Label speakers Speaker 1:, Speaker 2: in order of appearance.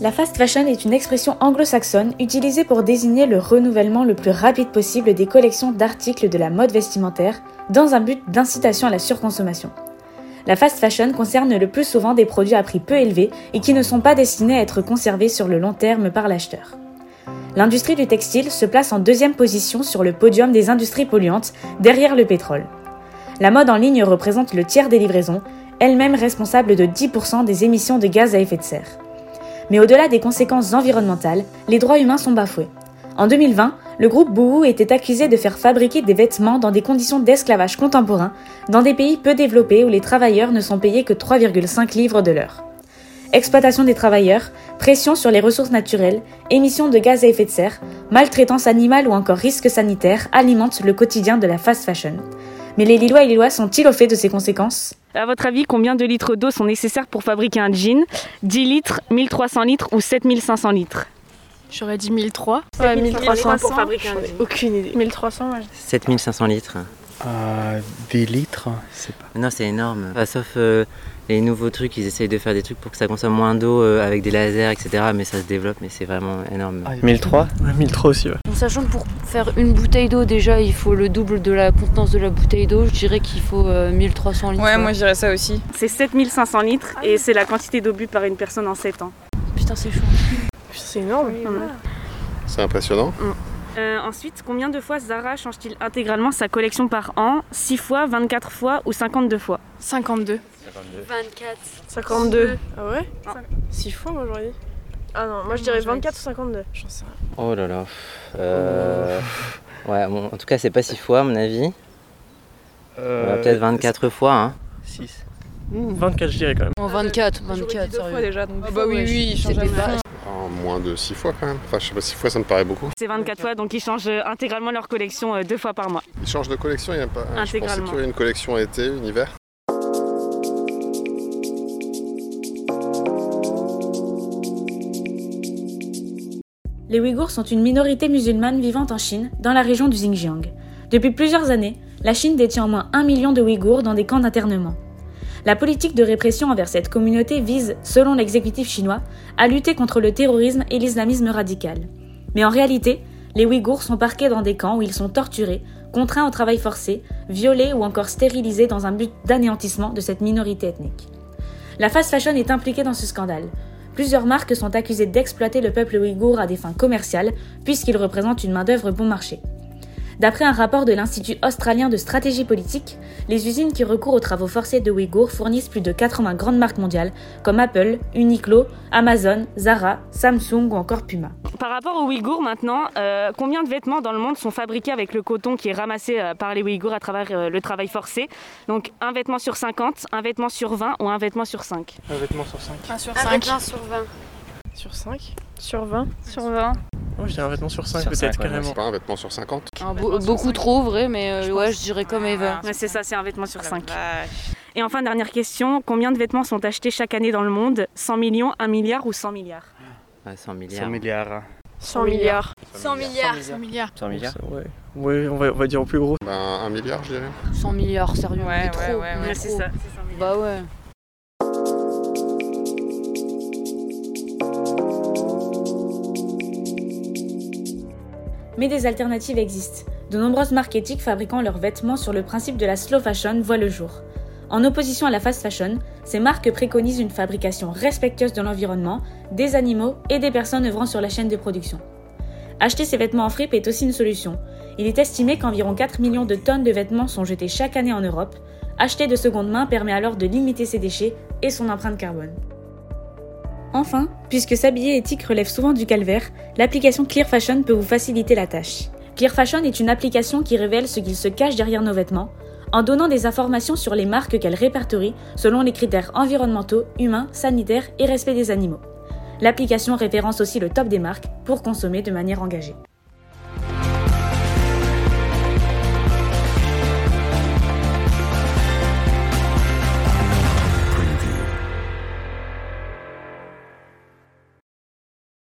Speaker 1: La fast fashion est une expression anglo-saxonne utilisée pour désigner le renouvellement le plus rapide possible des collections d'articles de la mode vestimentaire dans un but d'incitation à la surconsommation. La fast fashion concerne le plus souvent des produits à prix peu élevé et qui ne sont pas destinés à être conservés sur le long terme par l'acheteur. L'industrie du textile se place en deuxième position sur le podium des industries polluantes, derrière le pétrole. La mode en ligne représente le tiers des livraisons, elle-même responsable de 10% des émissions de gaz à effet de serre. Mais au-delà des conséquences environnementales, les droits humains sont bafoués. En 2020, le groupe Bouhou était accusé de faire fabriquer des vêtements dans des conditions d'esclavage contemporain, dans des pays peu développés où les travailleurs ne sont payés que 3,5 livres de l'heure. Exploitation des travailleurs, pression sur les ressources naturelles, émissions de gaz à effet de serre, maltraitance animale ou encore risques sanitaires alimentent le quotidien de la fast fashion. Mais les Lillois et Lillois sont-ils au fait de ces conséquences
Speaker 2: À votre avis, combien de litres d'eau sont nécessaires pour fabriquer un jean 10 litres, 1300 litres ou 7500 litres
Speaker 3: J'aurais dit 1003.
Speaker 4: Ouais, 1300
Speaker 3: pour fabriquer un jean.
Speaker 4: Aucune idée.
Speaker 3: 1300, moi, je-
Speaker 5: 7500 litres.
Speaker 6: Euh, des litres, je sais pas.
Speaker 5: Non, c'est énorme. Enfin, sauf euh, les nouveaux trucs, ils essayent de faire des trucs pour que ça consomme moins d'eau euh, avec des lasers, etc. Mais ça se développe, mais c'est vraiment énorme.
Speaker 6: Ah. 1003 1003 aussi, ouais.
Speaker 7: Sachant que pour faire une bouteille d'eau, déjà, il faut le double de la contenance de la bouteille d'eau. Je dirais qu'il faut euh, 1300 litres.
Speaker 8: Ouais, moi je dirais ça aussi.
Speaker 2: C'est 7500 litres et c'est la quantité d'eau bu par une personne en 7 ans.
Speaker 7: Putain, c'est chaud.
Speaker 3: C'est énorme.
Speaker 9: C'est impressionnant.
Speaker 2: Euh, ensuite, combien de fois Zara change-t-il intégralement sa collection par an 6 fois, 24 fois ou 52 fois
Speaker 3: 52.
Speaker 7: 24.
Speaker 3: 52. Ah ouais 6 fois, moi, j'aurais dit. Ah non, moi, je dirais 24 ou 52. J'en sais rien.
Speaker 5: Oh là là. Euh, Ouais, bon, en tout cas, c'est pas 6 fois, à mon avis. Euh, Peut-être 24 fois. Hein.
Speaker 6: 6. 24, Mmh. je dirais quand même.
Speaker 7: En 24,
Speaker 4: J'aurais
Speaker 7: 24,
Speaker 4: dit deux fois
Speaker 7: sérieux.
Speaker 4: déjà. donc
Speaker 8: Ah
Speaker 4: deux
Speaker 8: bah
Speaker 4: fois,
Speaker 8: oui,
Speaker 4: ouais,
Speaker 8: oui,
Speaker 4: je-
Speaker 8: il change
Speaker 4: c'est
Speaker 8: jamais.
Speaker 4: pas-
Speaker 9: En moins de 6 fois quand même. Enfin, je sais pas, 6 fois ça me paraît beaucoup.
Speaker 2: C'est 24 fois, donc ils changent euh, intégralement leur collection euh, deux fois par mois.
Speaker 9: Ils changent de collection, il y a pas. Je pensais
Speaker 2: Intégralement.
Speaker 9: qu'il y aurait une collection été, une hiver.
Speaker 1: Les Ouïghours sont une minorité musulmane vivant en Chine, dans la région du Xinjiang. Depuis plusieurs années, la Chine détient au moins un million de Ouïghours dans des camps d'internement. La politique de répression envers cette communauté vise, selon l'exécutif chinois, à lutter contre le terrorisme et l'islamisme radical. Mais en réalité, les Ouïghours sont parqués dans des camps où ils sont torturés, contraints au travail forcé, violés ou encore stérilisés dans un but d'anéantissement de cette minorité ethnique. La fast fashion est impliquée dans ce scandale. Plusieurs marques sont accusées d'exploiter le peuple ouïghour à des fins commerciales, puisqu'il représente une main-d'œuvre bon marché. D'après un rapport de l'Institut australien de stratégie politique, les usines qui recourent aux travaux forcés de Ouïghours fournissent plus de 80 grandes marques mondiales, comme Apple, Uniqlo, Amazon, Zara, Samsung ou encore Puma.
Speaker 2: Par rapport aux Ouïghours maintenant, euh, combien de vêtements dans le monde sont fabriqués avec le coton qui est ramassé euh, par les Ouïghours à travers euh, le travail forcé Donc un vêtement sur 50, un vêtement sur 20 ou un vêtement sur 5
Speaker 6: Un vêtement sur 5.
Speaker 4: 1 sur 5.
Speaker 7: Avec 20 sur 20.
Speaker 3: Sur 5 Sur 20
Speaker 4: Sur 20.
Speaker 6: Moi, je dirais un vêtement sur 5
Speaker 5: Sur
Speaker 6: peut-être
Speaker 5: cinq, ouais,
Speaker 6: carrément.
Speaker 9: C'est pas un vêtement sur 50.
Speaker 7: Un beau- beaucoup trop, vrai, mais euh, ouais, je dirais comme Eva.
Speaker 2: Ouais, C'est ça, c'est un vêtement sur
Speaker 4: La
Speaker 2: 5.
Speaker 4: vache.
Speaker 2: Et enfin, dernière question, combien de vêtements sont achetés chaque année dans le monde 100 millions, 1 milliard ou 100 milliards
Speaker 5: Ouais, 100 milliards.
Speaker 10: 100 milliards.
Speaker 3: 100 milliards.
Speaker 4: 100 milliards.
Speaker 10: 100
Speaker 4: milliards.
Speaker 10: 100 milliards.
Speaker 6: Ouais, ouais on, va, on va dire au plus gros.
Speaker 9: Ben, un milliard, je dirais.
Speaker 7: 100 milliards, sérieux.
Speaker 4: Ouais,
Speaker 7: on est
Speaker 4: ouais,
Speaker 7: trop,
Speaker 4: ouais,
Speaker 7: on est
Speaker 4: ouais,
Speaker 7: trop.
Speaker 2: c'est 100 milliards.
Speaker 7: Bah ouais.
Speaker 1: Mais des alternatives existent. De nombreuses marques éthiques fabriquant leurs vêtements sur le principe de la slow fashion voient le jour. En opposition à la fast fashion, ces marques préconisent une fabrication respectueuse de l'environnement, des animaux et des personnes œuvrant sur la chaîne de production. Acheter ces vêtements en fripe est aussi une solution. Il est estimé qu'environ 4 millions de tonnes de vêtements sont jetées chaque année en Europe. Acheter de seconde main permet alors de limiter ses déchets et son empreinte carbone. Enfin, puisque s'habiller éthique relève souvent du calvaire, l'application Clear Fashion peut vous faciliter la tâche. Clear Fashion est une application qui révèle ce qu'il se cache derrière nos vêtements, en donnant des informations sur les marques qu'elle répertorie selon les critères environnementaux, humains, sanitaires et respect des animaux. L'application référence aussi le top des marques pour consommer de manière engagée.